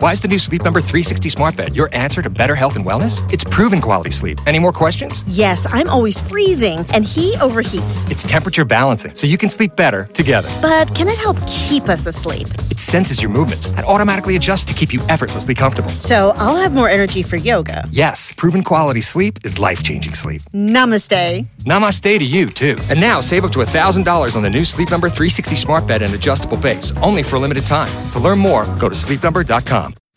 Why is the new Sleep Number 360 smart bed your answer to better health and wellness? It's proven quality sleep. Any more questions? Yes, I'm always freezing, and he overheats. It's temperature balancing, so you can sleep better together. But can it help keep us asleep? It senses your movements and automatically adjusts to keep you effortlessly comfortable. So I'll have more energy for yoga. Yes, proven quality sleep is life changing sleep. Namaste. Namaste to you, too. And now save up to $1,000 on the new Sleep Number 360 smart bed and adjustable base, only for a limited time. To learn more, go to sleepnumber.com.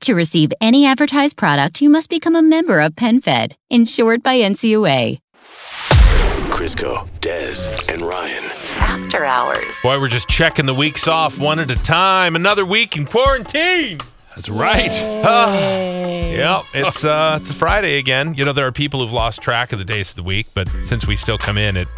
To receive any advertised product, you must become a member of PenFed, insured by NCUA. Crisco, Dez, and Ryan. After hours. Boy, we're just checking the weeks off one at a time. Another week in quarantine. That's right. yep, it's uh, it's a Friday again. You know, there are people who've lost track of the days of the week, but since we still come in, it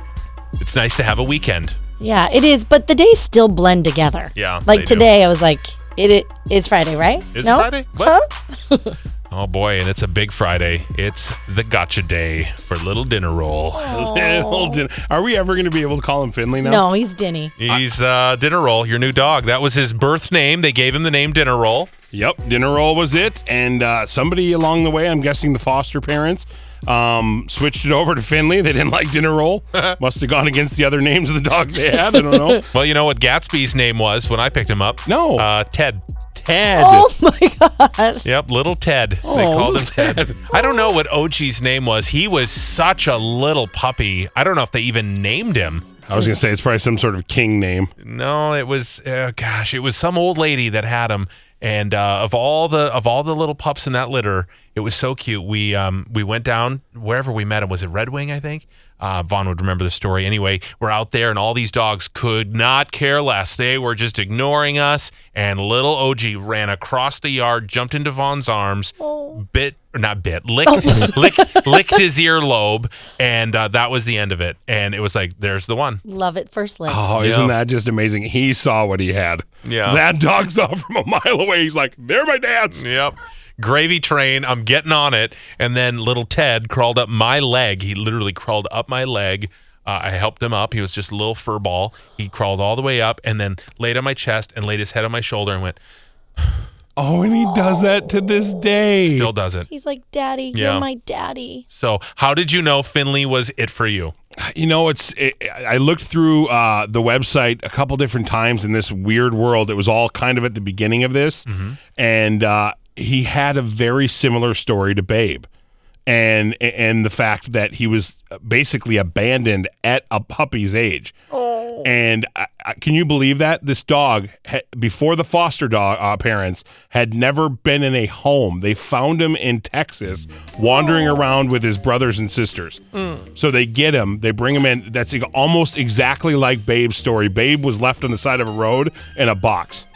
it's nice to have a weekend. Yeah, it is, but the days still blend together. Yeah, they Like do. today, I was like, it, it it's Friday, right? Is it No? Friday? What? oh boy, and it's a big Friday. It's the gotcha day for little dinner roll. Little dinner. Are we ever going to be able to call him Finley now? No, he's Denny. He's uh, dinner roll, your new dog. That was his birth name. They gave him the name dinner roll. Yep, dinner roll was it, and uh, somebody along the way, I'm guessing the foster parents, um, switched it over to Finley. They didn't like dinner roll. Must have gone against the other names of the dogs they had. I don't know. Well, you know what Gatsby's name was when I picked him up? No. Uh, Ted. Ted. Oh my gosh. Yep, little Ted. they Oh, called him little Ted. I don't know what Ochi's name was. He was such a little puppy. I don't know if they even named him. I was going to say it's probably some sort of king name. No, it was uh, gosh, it was some old lady that had him. And uh, of all the of all the little pups in that litter, it was so cute. We um we went down wherever we met him. Was it Red Wing? I think. Uh, Vaughn would remember the story. Anyway, we're out there, and all these dogs could not care less. They were just ignoring us. And little OG ran across the yard, jumped into Vaughn's arms, bit or not bit, licked, licked, licked his earlobe, and uh, that was the end of it. And it was like, there's the one. Love it first lick. Oh, isn't that just amazing? He saw what he had. Yeah. That dog saw from a mile away. He's like, they're my dad's. Yep. Gravy train. I'm getting on it. And then little Ted crawled up my leg. He literally crawled up my leg. Uh, I helped him up. He was just a little fur ball. He crawled all the way up and then laid on my chest and laid his head on my shoulder and went, Oh, and he does that to this day. still doesn't. He's like, Daddy, Yeah. you're my daddy. So, how did you know Finley was it for you? You know, it's. It, I looked through uh, the website a couple different times in this weird world. It was all kind of at the beginning of this, and uh, he had a very similar story to Babe, and and the fact that he was basically abandoned at a puppy's age. Oh. And I, I, can you believe that this dog ha- before the foster dog uh, parents had never been in a home. They found him in Texas, wandering around with his brothers and sisters. So they get him, they bring him in. That's e- almost exactly like Babe's story. Babe was left on the side of a road in a box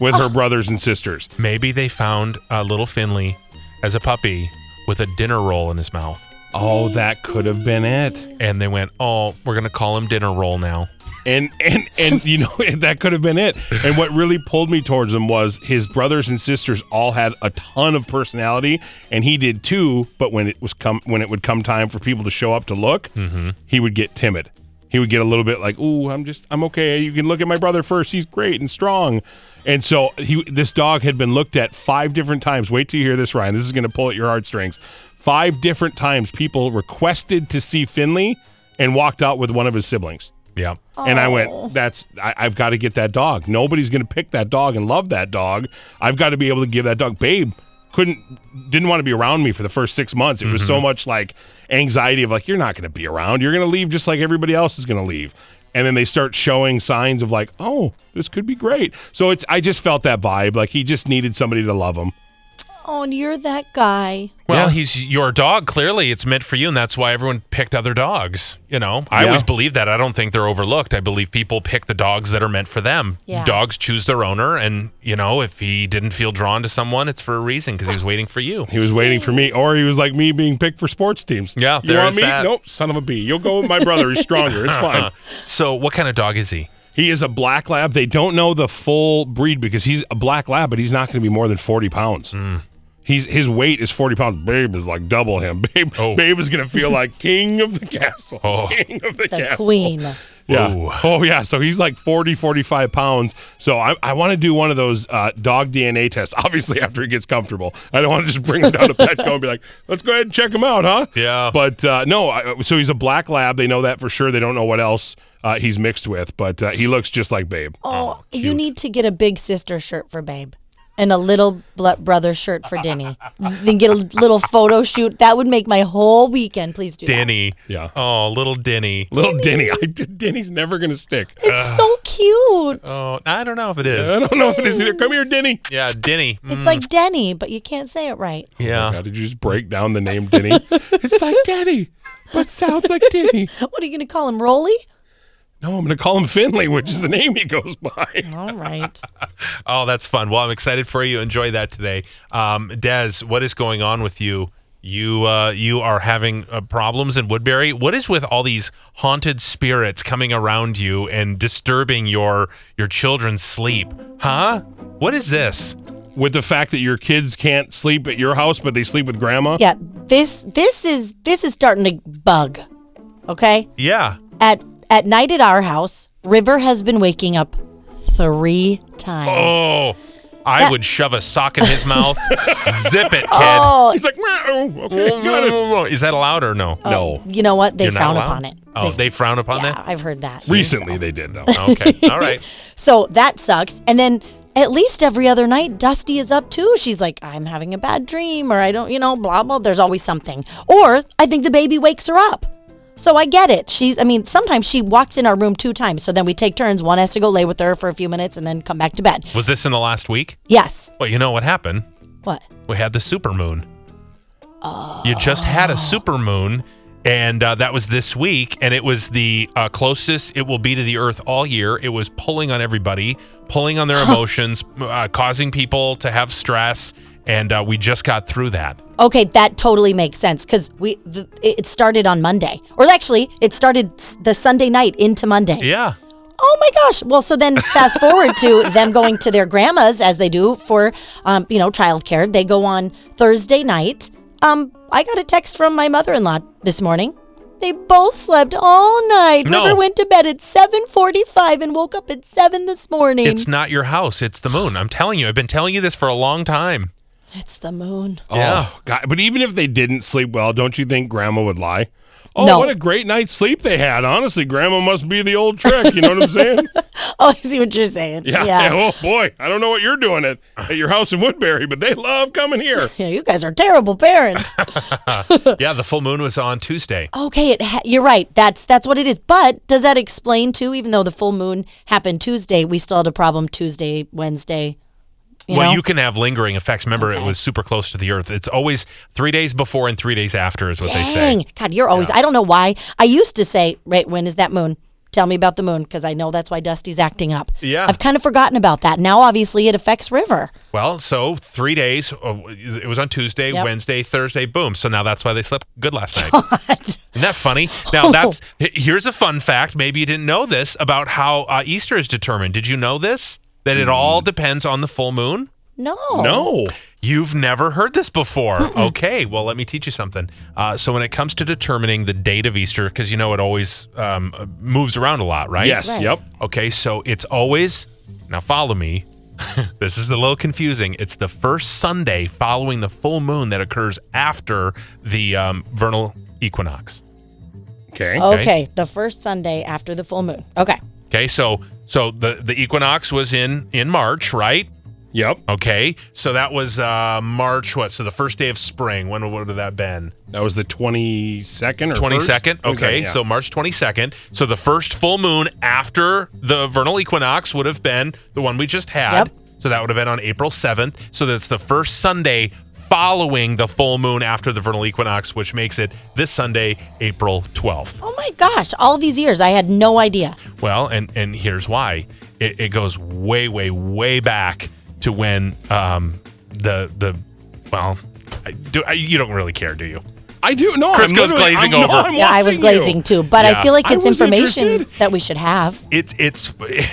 with her brothers and sisters. Maybe they found uh, little Finley as a puppy with a dinner roll in his mouth. Oh, that could have been it. And they went, oh, we're going to call him dinner roll now. And and and you know that could have been it. And what really pulled me towards him was his brothers and sisters all had a ton of personality, and he did too. But when it was come when it would come time for people to show up to look, he would get timid. He would get a little bit like, "Ooh, I'm just I'm okay. You can look at my brother first. He's great and strong." And so he this dog had been looked at five different times. Wait till you hear this, Ryan. This is going to pull at your heartstrings. Five different times people requested to see Finley and walked out with one of his siblings. Yeah. And I went, that's, I, I've got to get that dog. Nobody's going to pick that dog and love that dog. I've got to be able to give that dog. Babe couldn't, didn't want to be around me for the first six months. It Mm-hmm. was so much like anxiety of like, you're not going to be around. You're going to leave just like everybody else is going to leave. And then they start showing signs of like, oh, this could be great. So it's, I just felt that vibe. Like he just needed somebody to love him. Oh, and you're that guy. Well, Yeah. he's your dog. Clearly, it's meant for you, and that's why everyone picked other dogs. You know, I Yeah. always believe that. I don't think they're overlooked. I believe people pick the dogs that are meant for them. Yeah. Dogs choose their owner, and you know, if he didn't feel drawn to someone, it's for a reason because he was waiting for you. He was waiting for me, or he was like me being picked for sports teams. Yeah, you there want is me? that. Nope, son of a bee. You'll go with my brother. He's stronger. It's fine. Uh-huh. So, what kind of dog is he? He is a black lab. They don't know the full breed because he's a black lab, but he's not going to be more than forty pounds. Hmm. He's his weight is forty pounds. Babe is like double him. Babe, Oh. Babe is going to feel like king of the castle. Oh. King of the, The castle. queen. Yeah. Ooh. Oh, yeah. So he's like 40, 45 pounds. So I, I want to do one of those uh, dog DNA tests, obviously, after he gets comfortable. I don't want to just bring him down to Petco and be like, let's go ahead and check him out, huh? Yeah. But uh, no, I, so he's a black lab. They know that for sure. They don't know what else uh, he's mixed with, but uh, he looks just like Babe. Oh, you need to get a big sister shirt for Babe and a little bl- brother shirt for Denny. then get a little photo shoot. That would make my whole weekend. Please do that. Denny. Yeah. Oh, little Denny. Little Denny. I, Denny's never going to stick. It's so cute. Oh, I don't know if it I is. don't know if it is either. Come here, Denny. Yeah, Denny. Mm, It's like Denny, but you can't say it right. yeah. How did you just break down the name Denny? Uh. it's like Daddy, but sounds like Denny. What are you going to call him, Rolly? No, I'm going to call him Finley, which is the name he goes by. All right. Oh, that's fun. Well, I'm excited for you. Enjoy that today. Um, Des, what is going on with you? You uh, you are having uh, problems in Woodbury. What is with all these haunted spirits coming around you and disturbing your your children's sleep? Huh? What is this? with the fact that your kids can't sleep at your house, but they sleep with grandma. Yeah, this this is this is starting to bug. Okay? Yeah. At at night at our house, River has been waking up 3 times. Oh, I That- would shove a sock in his mouth. Zip it, kid. Oh, He's like, "Meow, Oh, okay, got it. Is that allowed or no? No. you know what? Oh. They You're not frown allowed? upon it. Oh, they frown upon yeah, that. I've heard that. Recently they did though. Okay. All right. So that sucks. And then at least every other night, Dusty is up too. She's like, I'm having a bad dream, or I don't, you know, blah, blah. There's always something. Or I think the baby wakes her up. So I get it. She's, I mean, sometimes she walks in our room two times. So then we take turns. One has to go lay with her for a few minutes and then come back to bed. Was this in the last week? Yes. Well, you know what happened. What? we had the supermoon. You just had a supermoon, and uh, that was this week, and it was the uh, closest it will be to the Earth all year. It was pulling on everybody, pulling on their emotions, uh, causing people to have stress, and uh, we just got through that. Okay, that totally makes sense because we th- it started on Monday, or actually, it started s- the Sunday night into Monday. Yeah. Oh my gosh! Well, so then fast forward to them going to their grandma's as they do for, um, you know, childcare. They go on Thursday night. Um, I got a text from my mother-in-law this morning. They both slept all night. No. River went to bed at seven forty-five and woke up at seven this morning. It's not your house, it's the moon. I'm telling you, I've been telling you this for a long time. It's the moon. Yeah. Oh, God. But even if they didn't sleep well, don't you think grandma would lie? Oh, No. what a great night's sleep they had. Honestly, grandma must be the old trick. You know what I'm saying? Oh, I see what you're saying. Yeah. yeah. Oh boy, I don't know what you're doing at, at your house in Woodbury, but they love coming here. Yeah, you guys are terrible parents. Oh, yeah, the full moon was on Tuesday. Okay, it ha- you're right. That's that's what it is. But does that explain too? Even though the full moon happened Tuesday, we still had a problem Tuesday, Wednesday. You well, know? you can have lingering effects. Remember, it was super close to the Earth. It's always three days before and three days after, is what they say. Dang, God, you're always. I don't know why. I used to say, right, when is that moon? Tell me about the moon because I know that's why Dusty's acting up. Yeah. I've kind of forgotten about that. Now, obviously, it affects River. Well, so three days. uh, It was on Tuesday, Yep. Wednesday, Thursday. Boom. So now that's why they slept good last night. Isn't that funny? Now that's h- here's a fun fact. Maybe you didn't know this about how uh, Easter is determined. Did you know this? That it all depends on the full moon. No. No. You've never heard this before. Okay, well, let me teach you something. Uh, so, when it comes to determining the date of Easter, because you know it always um, moves around a lot, right? Yes. Right. Yep. Okay, so it's always now follow me. this is a little confusing. It's the first Sunday following the full moon that occurs after the um, vernal equinox. Okay. Okay. Okay. the first Sunday after the full moon. Okay. Okay, so so the the equinox was in in March, right? Yep. Okay, so that was uh, March what? So the first day of spring. When would have that been? That was the 22nd or Twenty 1st? second. Okay, yeah. so March twenty second. So the first full moon after the vernal equinox would have been the one we just had. Yep. So that would have been on April seventh. So that's the first Sunday following the full moon after the vernal equinox, which makes it this Sunday, April 12th. Oh my gosh, all these years I had no idea. Well, and and here's why. It, it goes way, way, way back to when um, the the well, I, do I, you don't really care, do you? I do. No, Chris I'm goes literally- glazing I'm- no, over. I'm Yeah, I was watching glazing you. too, but Yeah. I feel like I it's was information interested. that we should have. It's it's.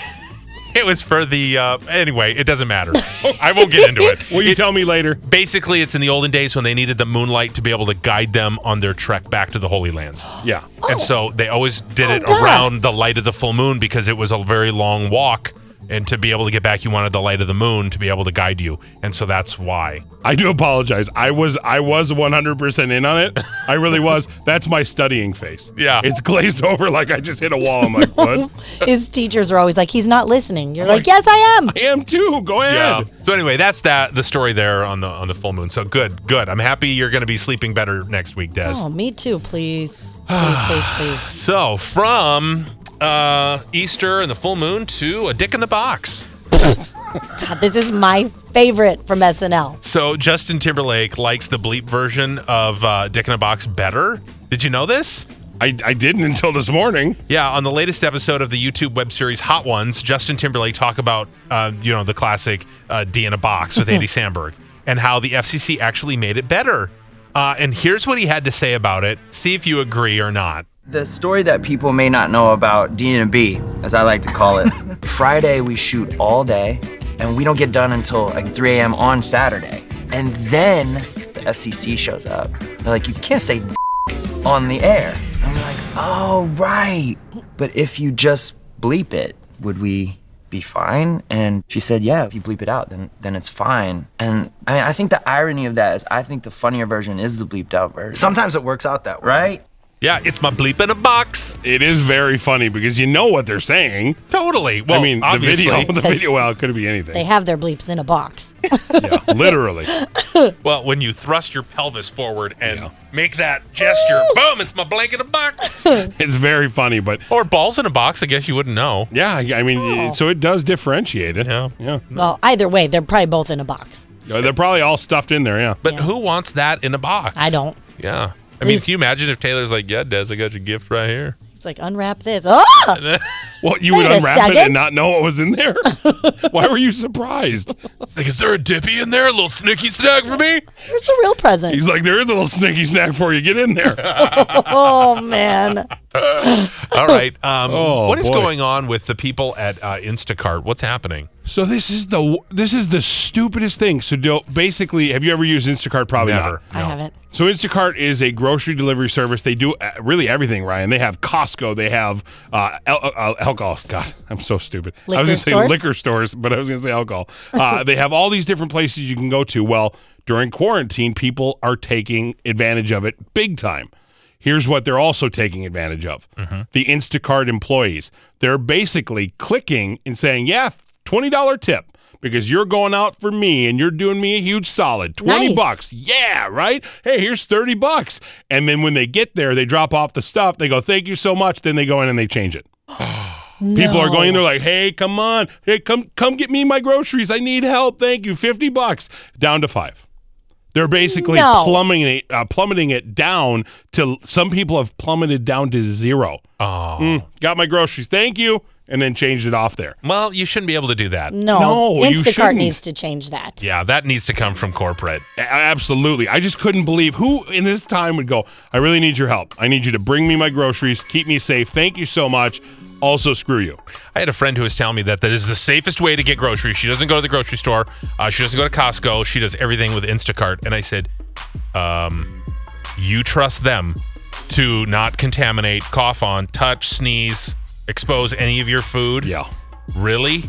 It was for the uh, anyway. It doesn't matter. I won't get into it. Will you It- tell me later? Basically, it's in the olden days when they needed the moonlight to be able to guide them on their trek back to the Holy Lands. Yeah. And so they always did Oh, it duh. around the light of the full moon because it was a very long walk. And to be able to get back, you wanted the light of the moon to be able to guide you. And so that's why. I do apologize. I was I was 100% in on it. I really was. That's my studying face. Yeah. It's glazed over like I just hit a wall in my foot. His teachers are always like, he's not listening. You're like, yes, I am. I am too. Go ahead. So anyway, that's that the story there on the on the full moon. So good, good. I'm happy you're going to be sleeping better next week, Des. Oh, me too, please. Please, please, please. So from uh, Easter and the full moon to a dick in the box. God, this is my favorite from SNL. So Justin Timberlake likes the bleep version of uh, Dick in a Box better. Did you know this? I, I didn't until this morning. Yeah, on the latest episode of the YouTube web series Hot Ones, Justin Timberlake talk about uh, you know the classic uh, D in a box with Andy Samberg and how the FCC actually made it better. Uh, and here's what he had to say about it. See if you agree or not. The story that people may not know about D&B, as I like to call it. Friday we shoot all day and we don't get done until like 3 a.m. on Saturday. And then the FCC shows up. They're like, you can't say on the air. And we're like, oh, right. But if you just bleep it, would we be fine? And she said, yeah, if you bleep it out, then, then it's fine. And I mean, I think the irony of that is I think the funnier version is the bleeped out version. Sometimes it works out that way. right? Yeah, it's my bleep in a box. It is very funny because you know what they're saying. Totally. Well, I mean, obviously. the video, the video, well, it could be anything. They have their bleeps in a box. yeah, literally. Well, when you thrust your pelvis forward and make that gesture, boom, it's my blank in a box. It's very funny, but or balls in a box, I guess you wouldn't know. yeah, I I mean, so it does differentiate it. Yeah. Yeah. Well, either way, they're probably both in a box. They're probably all stuffed in there. Yeah. But who wants that in a box? I don't. Yeah. I mean, Please. can you imagine if Taylor's like, yeah, Des, I got your gift right here? It's like, unwrap this. Ah! Well, you Wait would a unwrap it and second. not know what was in there. Why were you surprised? Like, is there a dippy in there? A little snicky snack for me? Here's the real present. He's like, there is a little snicky snack for you. Get in there. oh, man. All right. Um, Oh, what is boy. going on with the people at uh, Instacart? What's happening? so this is the this is the stupidest thing. So do, basically, have you ever used Instacart? Probably Never. not. I haven't. So Instacart is a grocery delivery service. They do uh, really everything, Ryan. They have Costco. They have uh, al- uh, alcohol. God, I'm so stupid. I was Liquor to say stores? liquor stores, but I was going to say alcohol. Uh, they have all these different places you can go to. Well, during quarantine, people are taking advantage of it big time. Here's what they're also taking advantage of the Instacart employees. They're basically clicking and saying, yeah, $20 tip because you're going out for me and you're doing me a huge solid. 20 Nice. bucks. Yeah, right? Hey, here's 30 bucks. And then when they get there, they drop off the stuff. They go, thank you so much. Then they go in and they change it. People are going in there like, hey, come on. Hey, come come get me my groceries. I need help. Thank you. 50 bucks. Down to five. They're basically No. plummeting it, uh, plummeting it down to some people have plummeted down to zero. Oh. Mm, got my groceries. Thank you. And then changed it off there. Well, you shouldn't be able to do that. No. No, you Instacart shouldn't. needs to change that. Yeah, that needs to come from corporate. A- Absolutely. I just couldn't believe who in this time would go, I really need your help. I need you to bring me my groceries, keep me safe. Thank you so much. Also, screw you. I had a friend who was telling me that that is the safest way to get groceries. She doesn't go to the grocery store. Uh, she doesn't go to Costco. She does everything with Instacart. And I said, um, you trust them to not contaminate, cough on, touch, sneeze, expose any of your food? Yeah. Really?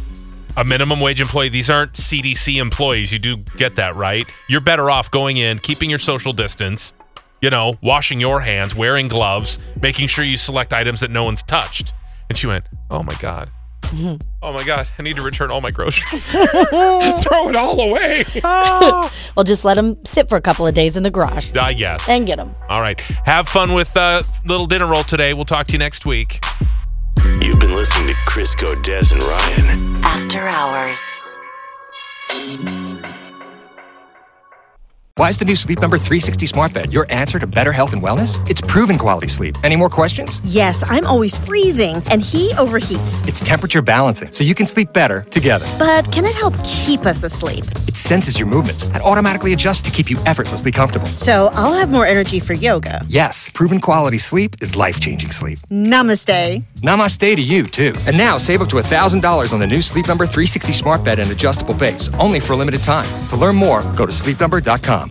A minimum wage employee. These aren't CDC employees. You do get that, right? You're better off going in, keeping your social distance, you know, washing your hands, wearing gloves, making sure you select items that no one's touched. And she went, Oh my God. oh my God. I need to return all my groceries. Throw it all away. Well, just let them sit for a couple of days in the garage I guess. and get them. all right. Have fun with uh, little dinner roll today. We'll talk to you next week. You've been listening to Crisco, Des, and Ryan. After Hours. Why is the new Sleep Number 360 smart bed your answer to better health and wellness? It's proven quality sleep. Any more questions? Yes, I'm always freezing and he overheats. It's temperature balancing, so you can sleep better together. But can it help keep us asleep? It senses your movements and automatically adjusts to keep you effortlessly comfortable. So I'll have more energy for yoga. Yes, proven quality sleep is life changing sleep. Namaste. Namaste to you, too. And now save up to $1,000 on the new Sleep Number 360 smart bed and adjustable base, only for a limited time. To learn more, go to sleepnumber.com.